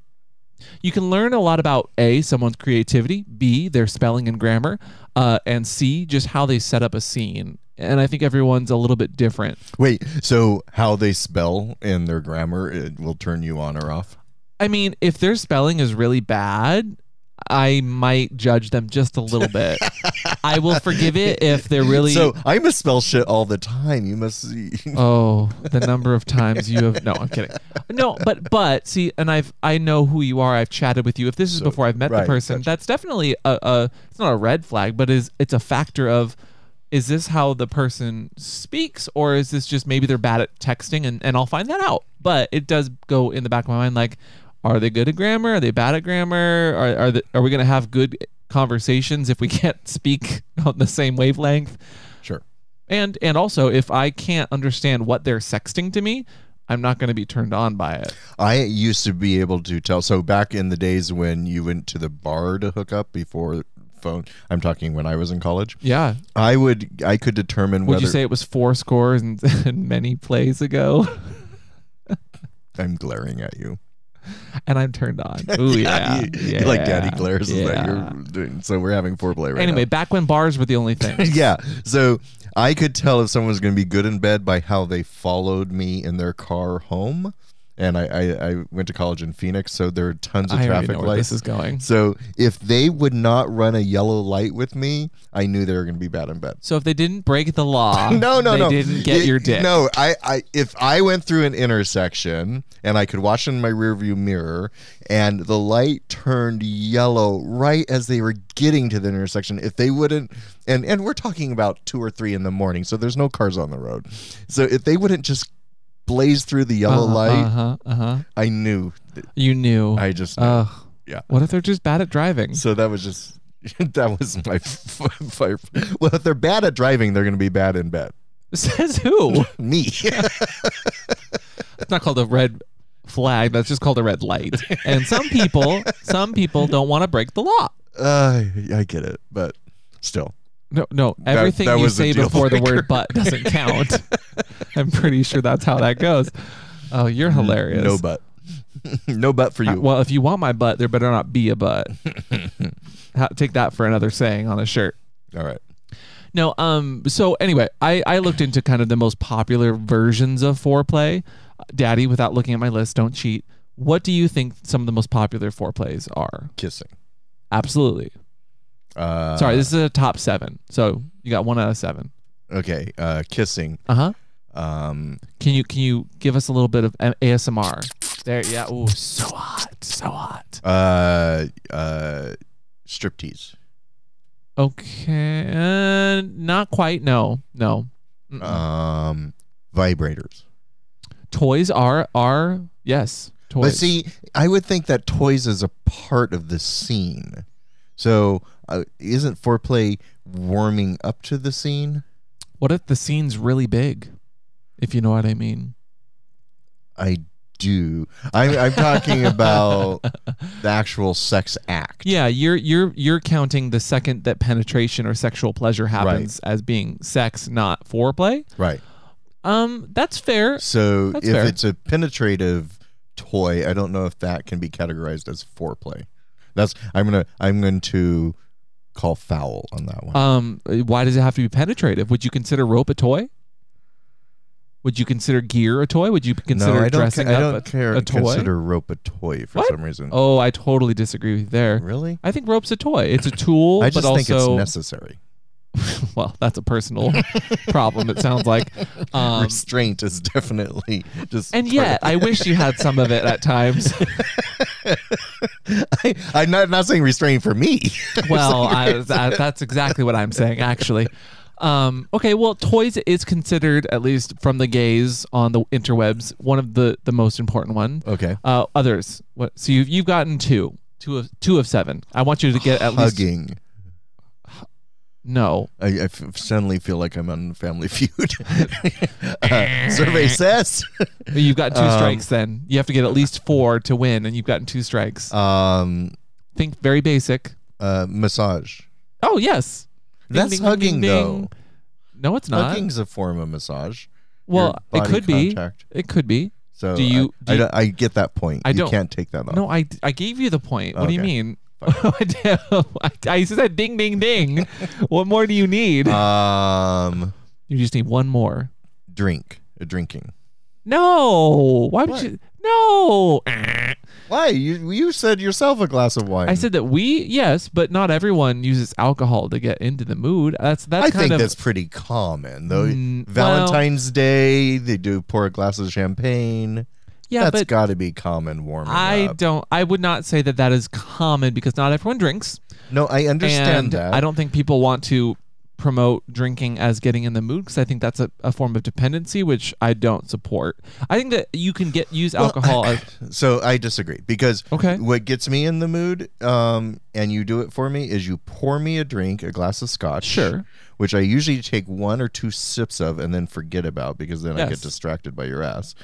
you can learn a lot about a someone's creativity, b their spelling and grammar, uh, and c just how they set up a scene. And I think everyone's a little bit different. wait so how they spell and their grammar it will turn you on or off I mean, if their spelling is really bad, I might judge them just a little bit. I will forgive it if they're really. so i misspell shit all the time you must oh, the number of times you have. No, I'm kidding. No, but but see, and I've I know who you are. I've chatted with you. If this is So- before I've met right, the person, gotcha. that's definitely a, a. It's not a red flag, but is it's a factor of. Is this how the person speaks, or is this just maybe they're bad at texting? And, and I'll find that out. But it does go in the back of my mind like, are they good at grammar? Are they bad at grammar? Are are, the, are we going to have good conversations if we can't speak on the same wavelength? sure And and also, if I can't understand what they're sexting to me, I'm not going to be turned on by it. I used to be able to tell. So back in the days when you went to the bar to hook up before phone, I'm talking when I was in college. Yeah. I would, I could determine Would whether you say it was four scores and, and many plays ago? I'm glaring at you. And I'm turned on. Ooh yeah. you, you like daddy Yeah. glares. Is that Yeah. you're doing? So we're having foreplay right anyway, now. back when bars were the only thing. yeah. So I could tell if someone's going to be good in bed by how they followed me in their car home. And I, I, I went to college in Phoenix, so there are tons of I already traffic know where lights. this is going. So if they would not run a yellow light with me, I knew they were going to be bad in bed. So if they didn't break the law, No, no, Ah, they no. didn't get Y- your dick. No, I, I, if I went through an intersection and I could watch in my rearview mirror, and the light turned yellow right as they were getting to the intersection, if they wouldn't, and and we're talking about two or three in the morning, so there's no cars on the road, so if they wouldn't just blaze through the yellow uh-huh, light, Uh-huh, uh-huh. I knew, that- You knew. I just, knew. Ugh. yeah. What if they're just bad at driving? So that was just that was my fire. Well, if they're bad at driving, they're going to be bad in bed. Says who? Me. It's not called a red flag. That's just called a red light. And some people, some people don't want to break the law. uh, I get it, but still. No, no. Everything that you was a say deal before the breaker. word "but" doesn't count. I'm pretty sure that's how that goes. Oh, you're hilarious. Mm, No butt. no butt for Uh, you. Well, if you want my butt, there better not be a butt. Ha- Take that for another saying on a shirt. All right. No, um. So anyway, I I looked into kind of the most popular versions of foreplay. Daddy, without looking at my list, don't cheat. What do you think some of the most popular foreplays are? Kissing. Absolutely. Uh, Sorry, this is a top seven. So you got one out of seven. Okay. Uh, kissing. Uh huh. Um, Can you can you give us a little bit of A- ASMR? There, yeah. Ooh, so hot, so hot. uh, uh, striptease. Okay, uh, not quite. No, no. Mm-mm. Um, vibrators. toys are are yes. Toys. But see, I would think that toys is a part of the scene. So uh, isn't foreplay warming up to the scene? what if the scene's really big? If you know what I mean. I do. I'm, I'm talking about the actual sex act. Yeah, you're you're you're counting the second that penetration or sexual pleasure happens as being sex, not foreplay. Right. Um, that's fair. So That's if fair. it's a penetrative toy, I don't know if that can be categorized as foreplay. That's I'm gonna I'm going to call foul on that one. Um, why does it have to be penetrative? Would you consider rope a toy? Would you consider gear a toy? Would you consider no, I don't. dressing Ca- I up don't a, care. a toy? Consider rope a toy for What? some reason. oh, I totally disagree with you there. really? I think rope's a toy. It's a tool, I just but think also it's necessary. well, that's a personal problem. It sounds like. Um, Restraint is definitely just. and yet, I wish you had some of it at times. I, I'm not not saying restraint for me. well, I, that, that's exactly what I'm saying, actually. Um, okay, well, toys is considered, at least from the gays on the interwebs, one of the the most important one. okay. Uh, others, what? So you've you've gotten two, two of two of seven. I want you to get at least Hugging. no. I, I f- suddenly feel like I'm on Family Feud. Uh, survey says. You've got two Um, strikes. Then you have to get at least four to win, and you've gotten two strikes. um, Think very basic. uh, massage. Oh yes, Ding, That's ding, ding, hugging, ding, though. ding. No, it's not. Hugging's a form of massage. well, Your body it could contact. be. It could be. So Do you- I, do you- I, I get that point. I you don't- can't take that off. No, I, I gave you the point. What do you Oh. Okay. mean? I, do- I- I said ding, ding, ding. what more do you need? Uh, Um, you just need one more. drink. Uh, Drinking. No. Why would What? you? No. Why? You you said yourself a glass of wine. I said that we yes, but not everyone uses alcohol to get into the mood. That's that's I kind think of that's pretty common though. Mm, Valentine's Day, they do pour a glass of champagne. yeah, that's but got to be common warming I up. don't. I would not say that that is common because not everyone drinks. No, I understand and that. I don't think people want to promote drinking as getting in the mood because I think that's a, a form of dependency, which I don't support. I think that you can get use alcohol as So I disagree because Okay. what gets me in the mood, um, and you do it for me, is you pour me a drink, a glass of scotch, Sure. which I usually take one or two sips of and then forget about because then I Yes. Uh-huh. get distracted by your ass,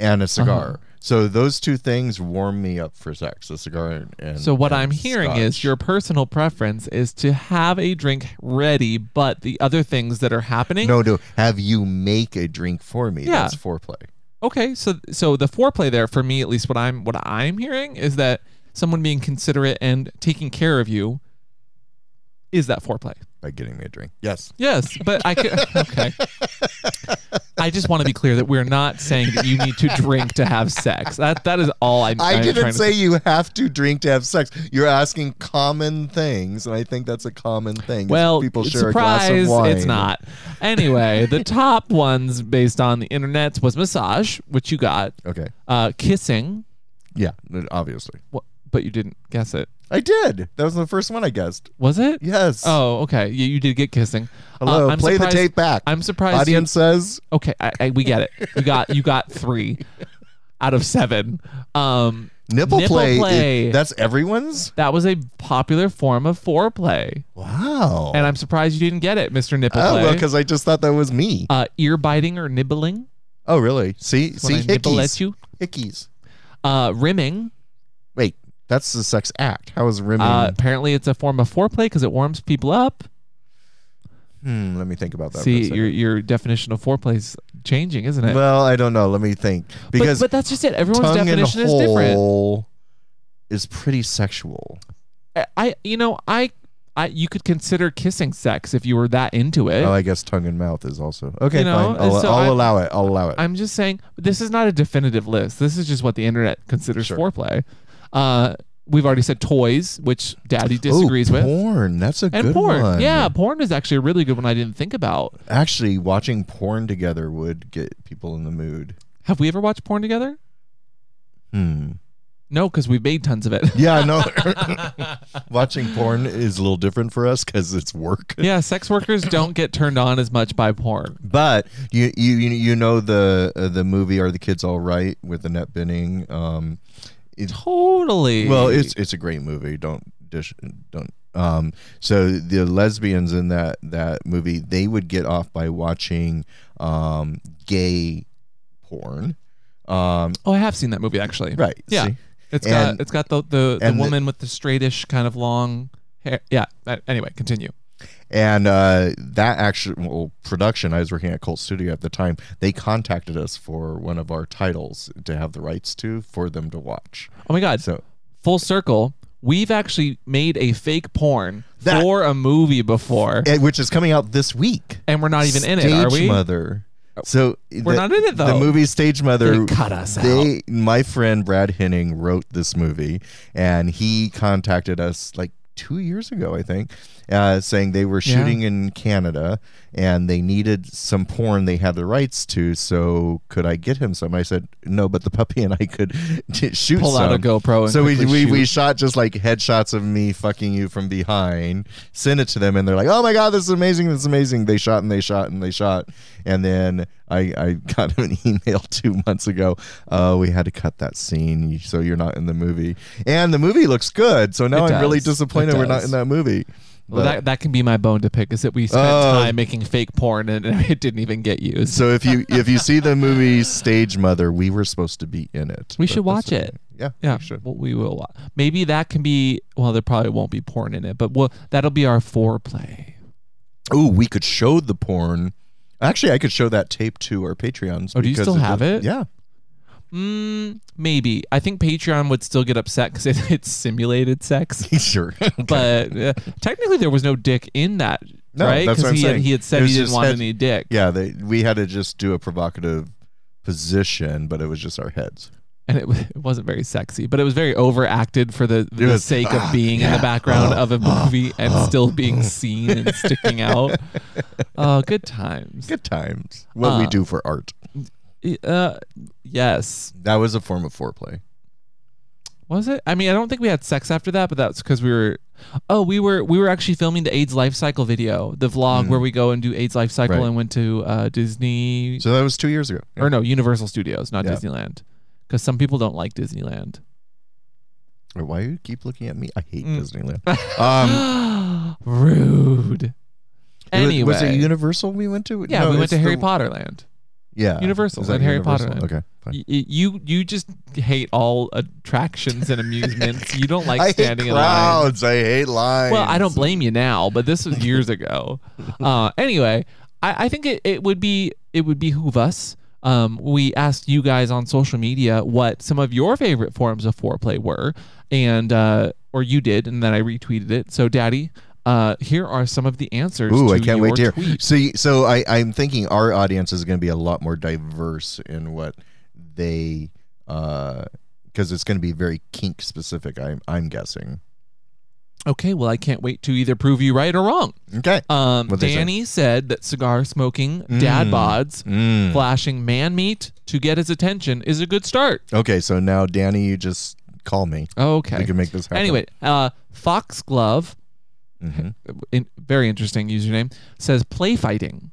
and a cigar. So those two things warm me up for sex, a cigar and. and so what and I'm hearing is scotch. your personal preference is to have a drink ready, but the other things that are happening. no no have you make a drink for me. Yeah. That's foreplay. Okay, so so the foreplay there for me, at least what I'm what I'm hearing is that someone being considerate and taking care of you is that foreplay. By getting me a drink. Yes. Yes, but I could. Okay. I just want to be clear that we're not saying that you need to drink to have sex. That that is all I'm. I I'm trying didn't to say you have to drink to have sex. You're asking common things, and I think that's a common thing. is Well, people share surprise, a glass of wine. it's not. Anyway, the top ones based on the internet was massage, which you got, Okay. uh, kissing, Yeah, obviously. wha- but you didn't guess it. I did. That was the first one I guessed. Was it? Yes. Oh, okay. You, you did get kissing. Uh, Hello. I'm Play the surprised- tape back. I'm surprised. you- Audience says okay, I, I, we get it. You got you got three out of seven. Um, nipple, Nipple play. play. is- that's everyone's. That was a popular form of foreplay, Wow. and I'm surprised you didn't get it, Mister Nipple oh Play. well, because I just thought that was me. uh, ear biting or nibbling oh really? See, when see, I nibble hickeys. at you. Hickeys. Uh, rimming. Wait, that's the sex act. How is rimming? Uh, apparently, it's a form of foreplay because it warms people up. hmm, let me think about that. See, for a your second. your definition of foreplay is changing, isn't it? Well, I don't know. Let me think because but, but that's just it. Everyone's tongue and definition is different. hole is pretty sexual. I- I you know I I you could consider kissing sex if you were that into it. Oh, I guess tongue and mouth is also okay. Eh? You know, fine, I'll, so I'll I- allow it. I'll allow it. I'm just saying this is not a definitive list. This is just what the internet considers Sure. foreplay. Uh, we've already said toys, which Daddy disagrees oh, with. Porn. That's a And good porn. one. Yeah, porn is actually a really good one I didn't think about. Actually, watching porn together would get people in the mood. Have we ever watched porn together? Hmm. No, because we've made tons of it. Yeah, no. watching porn is a little different for us because it's work. yeah, sex workers don't get turned on as much by porn. But you you you- you know the uh, the movie Are the Kids All Right with Annette Benning. Um, it, Totally. well, it's it's a great movie. Don't dish don't. Um, so the lesbians in that that movie they would get off by watching um, gay porn. Um, Oh, I have seen that movie actually. right. Yeah. see? It's And- got it's got the the, the and the- woman with the straightish kind of long hair. Yeah. uh, Anyway, continue. And uh, that actual production, I was working at Colt Studio at the time. They contacted us for one of our titles to have the rights to for them to watch. Oh my God. So Full circle. We've actually made a fake porn That- for a movie before, Eh, which is coming out this week. and we're not even in it, Stage are we? Oh, Mother. So We're not in it, The though. movie Stage Mother. They cut us they- My friend Brad Henning wrote this movie, and he contacted us like two years ago, I think, uh, saying they were Yeah. shooting in Canada and they needed some porn they had the rights to. So could I get him some? I said no, but the puppy and I could shoot. Pull some. out a GoPro. And So we, quickly we, we shoot. shot just like headshots of me fucking you from behind, sent it to them, and they're like, oh my God, this is amazing. This is amazing. They shot and they shot and they shot. And then I, I got an email two months ago. Oh, we had to cut that scene. So you're not in the movie. And the movie looks good. So now It I'm really does. disappointed It we're not does. in that movie. But- well, that, that can be my bone to pick is that we spent Oh. time making fake porn and it didn't even get used. so if you if you see the movie Stage Mother, we were supposed to be in it. We but should that's watch okay. it. Yeah, yeah, we should. well, we will. wa- Maybe that can be. Well, there probably won't be porn in it, but we'll, that'll be our foreplay. Oh, we could show the porn. Actually, I could show that tape to our Patreons. Oh, do you because still have does- it? Yeah. Mm, maybe. I think Patreon would still get upset because it, it's simulated sex. sure. But uh, technically, there was no dick in that, No, right? that's what I'm he, had- saying. he had It said was he didn't just want head- any dick. yeah, they, we had to just do a provocative position, but it was just our heads. and it, w- it wasn't very sexy, but it was very overacted for the, the was, sake "Ah, of being in yeah, the background of a movie and still being seen and sticking out. Oh, good times. Good times. What we Uh, do for art. Uh, yes. That was a form of foreplay. Was it? I mean, I don't think we had sex after that, but that's because we were. Oh, we were we were actually filming the AIDS life cycle video, the vlog where we go and do AIDS life cycle Mm. Right. and went to uh, Disney So that was two years ago. or no Universal Studios, not Yeah. Disneyland, because some people don't like Disneyland. Or Why you keep looking at me? I hate Mm. Disneyland. Um, Rude. it Anyway, was, was it Universal we went to? yeah, No, we went it's to Harry the- Potter Land. Yeah, Universal Is that and Harry Potter Universal? Land. Okay, fine. Y- y- you you just hate all attractions and amusements. you don't like I standing hate in line. crowds. I hate lines. Well, I don't blame you now, but this was years ago. Uh, anyway, I, I think it, it would be it would behoove us. Um, we asked you guys on social media what some of your favorite forms of foreplay were, and uh, or you did, and then I retweeted it. So, Daddy, uh, here are some of the answers. Ooh, to I can't your wait to hear. tweet. So, you- so I, I'm thinking our audience is going to be a lot more diverse in what they, because it's going to be very kink specific. I'm, I'm guessing. Okay, well, I can't wait to either prove you right or wrong. Okay. Um, What'd they say? Danny said that cigar smoking, dad Mm. bods, Mm. flashing man meat to get his attention is a good start. Okay. So now, Danny, you just call me. Okay. We can make this happen. Anyway, uh, Foxglove, Mhm. in, very interesting username, says play fighting.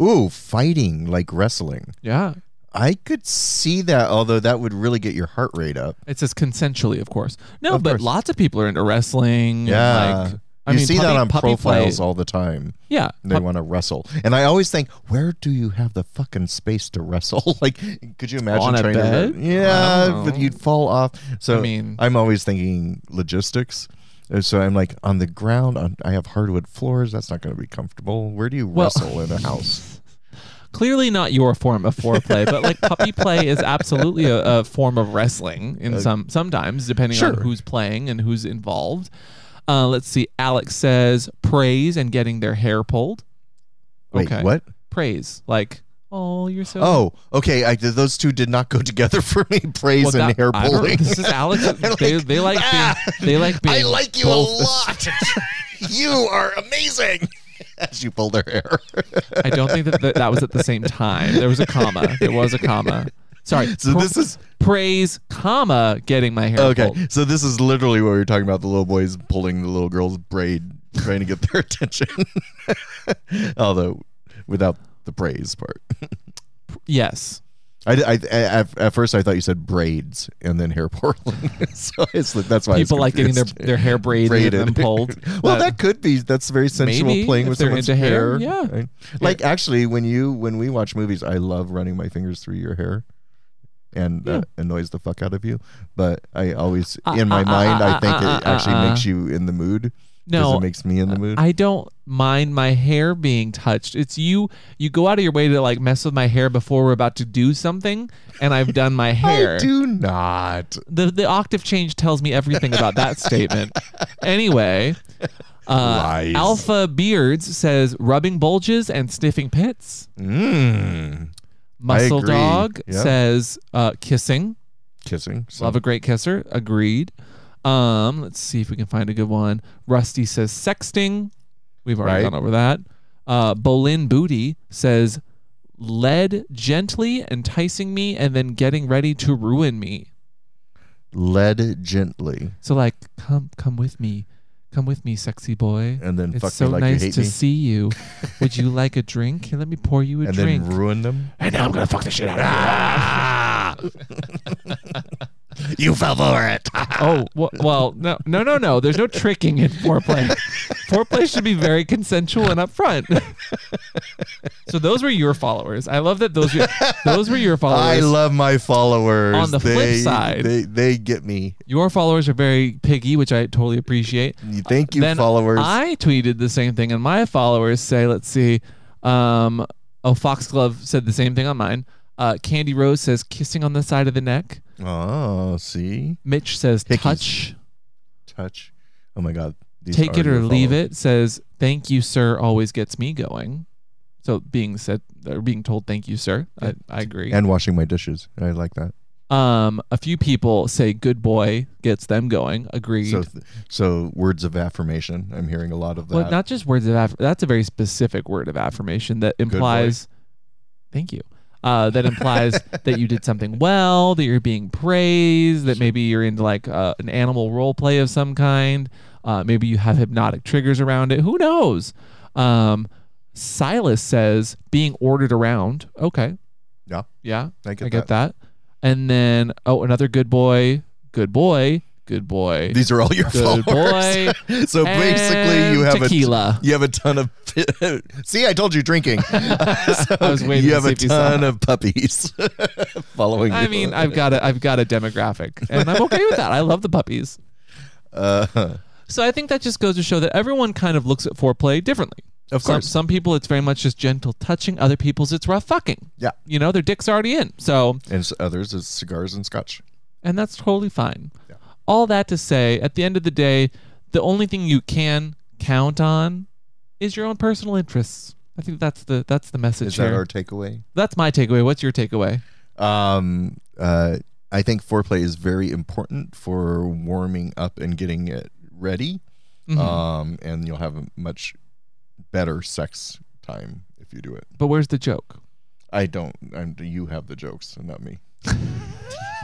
Ooh, fighting like wrestling. Yeah. I could see that, although that would really get your heart rate up. It says consensually, of course. No, Of but course. lots of people are into wrestling. and, Yeah. like, I you mean, see that puppy- on puppy profiles play. all the time. Yeah. They pup- want to wrestle. And I always think, where do you have the fucking space to wrestle? like, could you imagine On a trying to? bed? wre- I Yeah, don't but know. you'd fall off. So I mean- I'm always thinking logistics. And So I'm like on the ground. On, I have hardwood floors. That's not going to be comfortable. Where do you Well- wrestle in a house? Clearly not your form of foreplay, but like puppy play is absolutely a, a form of wrestling in some sometimes, depending on Uh, Sure. who's playing and who's involved. Uh, let's see. Alex says praise and getting their hair pulled. Wait, what? Praise, like Oh, you're so. Oh, okay. I, those two did not go together for me. Praise Well, and that- hair I don't- pulling. This is Alex. They're they, like, they like "Ah, being. They like being. I like you a both- lot. you are amazing. As you pulled her hair. I don't think that, that that was at the same time. There was a comma. There was a comma. Sorry. So this is- praise, comma, getting my hair Okay, pulled. so this is literally what we were talking about the little boys pulling the little girl's braid, trying to get their attention. Although, without the praise part. Yes. I, I- I- at, at first I thought you said braids and then hair pulling. so it's, that's why I was People like getting their, confused. their hair braided, and pulled. well, But- that could be. That's very sensual Maybe, playing if with they're someone's into hair, yeah. Right? Like actually, when you when we watch movies, I love running my fingers through your hair, and that annoys the fuck out of you. But I always Uh, in my uh, mind, uh, I think uh, it uh, actually uh, makes you in the mood. 'cause no, it makes me in the mood. I don't mind my hair being touched. It's you. You go out of your way to like mess with my hair before we're about to do something, and I've done my hair. I do not. the the octave change tells me everything about that statement. Anyway, uh, Lies. Alpha Beards says rubbing bulges and sniffing pits. Mm. Muscle agree. Dog Yeah. says uh, kissing. Kissing. So. Love a great kisser. Agreed. Um, let's see if we can find a good one. Rusty says sexting. We've already Right. gone over that. Uh, Bolin Booty says led gently enticing me and then getting ready to ruin me. Led gently So like, come come with me, come with me, sexy boy. and then fuck It's so me like nice you hate to me, see you. Would you like a drink? Here, let me pour you a and drink. then ruin them. and now I'm gonna fuck the shit out of Ah! You fell for it. Oh well, well, no, no, no, no. There's no tricking in foreplay. foreplay should be very consensual and upfront. so those were your followers. I love that those were, those were your followers. I love my followers. On the flip they, side- they they get me. your followers are very piggy, which I totally appreciate. Thank you, then followers. I tweeted the same thing, and my followers say, let's see. Um, oh, Foxglove said the same thing on mine. Uh, Candy Rose says kissing on the side of the neck. oh, see, Mitch says Hickeys. touch. touch. Oh my God. These Take are it or your leave followers. it says thank you, sir, always gets me going. So being said or being told thank you, sir. I, I agree. And washing my dishes. I like that. Um, a few people say good boy gets them going. Agreed. So, so words of affirmation. I'm hearing a lot of that. Well, not just words of aff- that's a very specific word of affirmation that boy. implies. Thank you. Uh, that implies that you did something well, that you're being praised, that maybe you're into like uh, an animal role play of some kind. Uh, maybe you have hypnotic triggers around it. Who knows? Um, Silas says being ordered around. Okay. yeah, Yeah. I get, I get that. And then, oh, another good boy. Good boy. Good boy. These are all your followers. Good boy. so basically, you have And tequila. a you have a ton of. see, I told you drinking. So I was waiting you to have see a if you saw ton of puppies following. I you. mean, I've got a I've got a demographic, and I'm okay with that. I love the puppies. Uh, So I think that just goes to show that everyone kind of looks at foreplay differently. Of Some, course. some people it's very much just gentle touching. Other people's it's rough fucking. Yeah. You know, their dick's already in. So and s- others is cigars and scotch. and that's totally fine. Yeah. All that to say, at the end of the day, the only thing you can count on is your own personal interests. I think that's the that's the message Is here. that our takeaway? that's my takeaway. What's your takeaway? Um, uh, I think foreplay is very important for warming up and getting it ready. Mhm. Um, and you'll have a much better sex time if you do it. but where's the joke? I don't. I'm, you have the jokes, not me.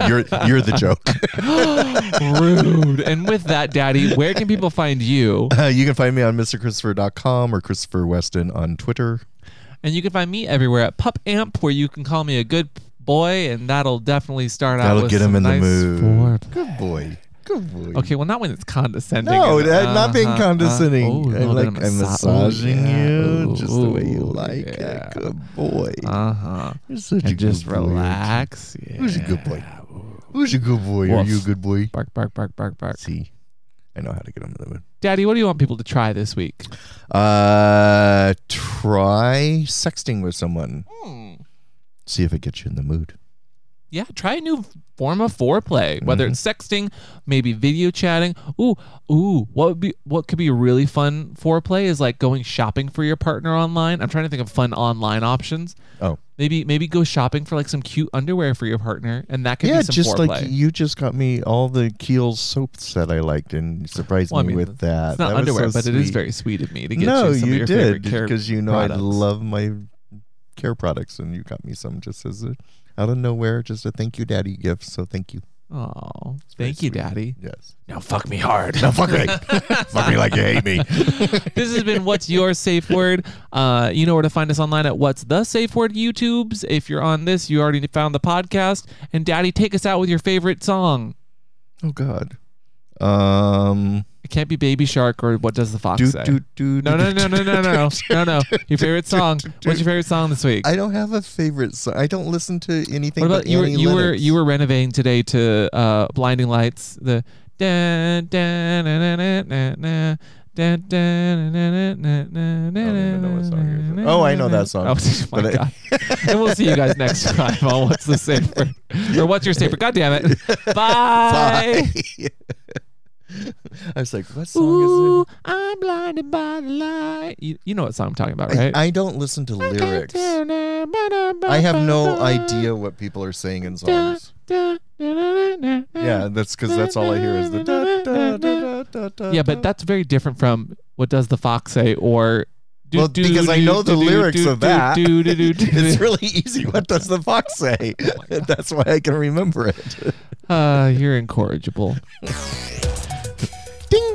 you're you're the joke. Rude. And with that, Daddy, where can people find you? Uh, you can find me on MrChristopher.com or Christopher Weston on Twitter. And you can find me everywhere at Pup Amp, where you can call me a good boy, and that'll definitely start out. That'll with get some him in the nice mood. foreplay. Good boy. Good boy. Okay, well, not when it's condescending. No, and, that- not being uh-huh, condescending. uh, oh, a I little bit like of I'm massa- oh, massaging yeah, you ooh, just the way you ooh, like yeah. it. Good boy. Uh huh. You're such a And just good boy, aren't you? relax. Who's a yeah. good boy? Who's a good boy? Are Woof. you a good boy? Bark, bark, bark, bark, bark. See, I know how to get him in the mood. Daddy, what do you want people to try this week? Uh, try sexting with someone. See if it gets you in the mood. yeah, try a new form of foreplay, whether Mm-hmm. it's sexting, maybe video chatting. Ooh, ooh, what would be what could be really fun foreplay is like going shopping for your partner online. I'm trying to think of fun online options. Oh. Maybe maybe go shopping for like some cute underwear for your partner, and that could Yeah, be some just foreplay. like you just got me all the Kiehl's soaps that I liked and you surprised Well, I me mean, with that. it's not That was underwear, so but it is sweet. very sweet of me to get No, you some of you your did favorite care because you know I products. love my care products, and you got me some just as a out of nowhere, just a thank you, daddy gift. So thank you. Oh, very thank you, sweet. Daddy. Yes. Now fuck me hard. No, fuck me. fuck me like you hate me. this has been what's your safe word uh, you know where to find us online at what's the safe word youtubes if you're on this you already found the podcast and daddy take us out with your favorite song Oh God. Um. it can't be baby shark or what does the fox Do, say do, do, no do, no do, no no no no no no your favorite song what's your favorite song this week I don't have a favorite song. I don't listen to anything. what about but you were Annie you were Lennox. you were renovating today to uh, blinding lights the da, da, na, na, na, na, na. Da, da, na, na, na, na, na, I don't even know what song you're na, singing. na, Oh, I know na, that song, na. Oh, my but I- God. and we'll see you guys next time on What's the Safer? Or What's Your Safer? God damn it. Bye. Bye. I was like, what song Ooh, is I'm blinded by the light. You, you know what song I'm talking about, it? right? I, I don't listen to lyrics. I have no idea what people are saying in songs. Yeah, Yeah. that's because that's all I hear is the da, da, da, da, da, da, Yeah, but da. that's very different from what does the fox say or do, well, do, because I do, know the do, do, lyrics do, of do, that. do, do, do, do. Oh It's really easy. What does the fox say? my God. That's why I can remember it. Uh, you're incorrigible. Ding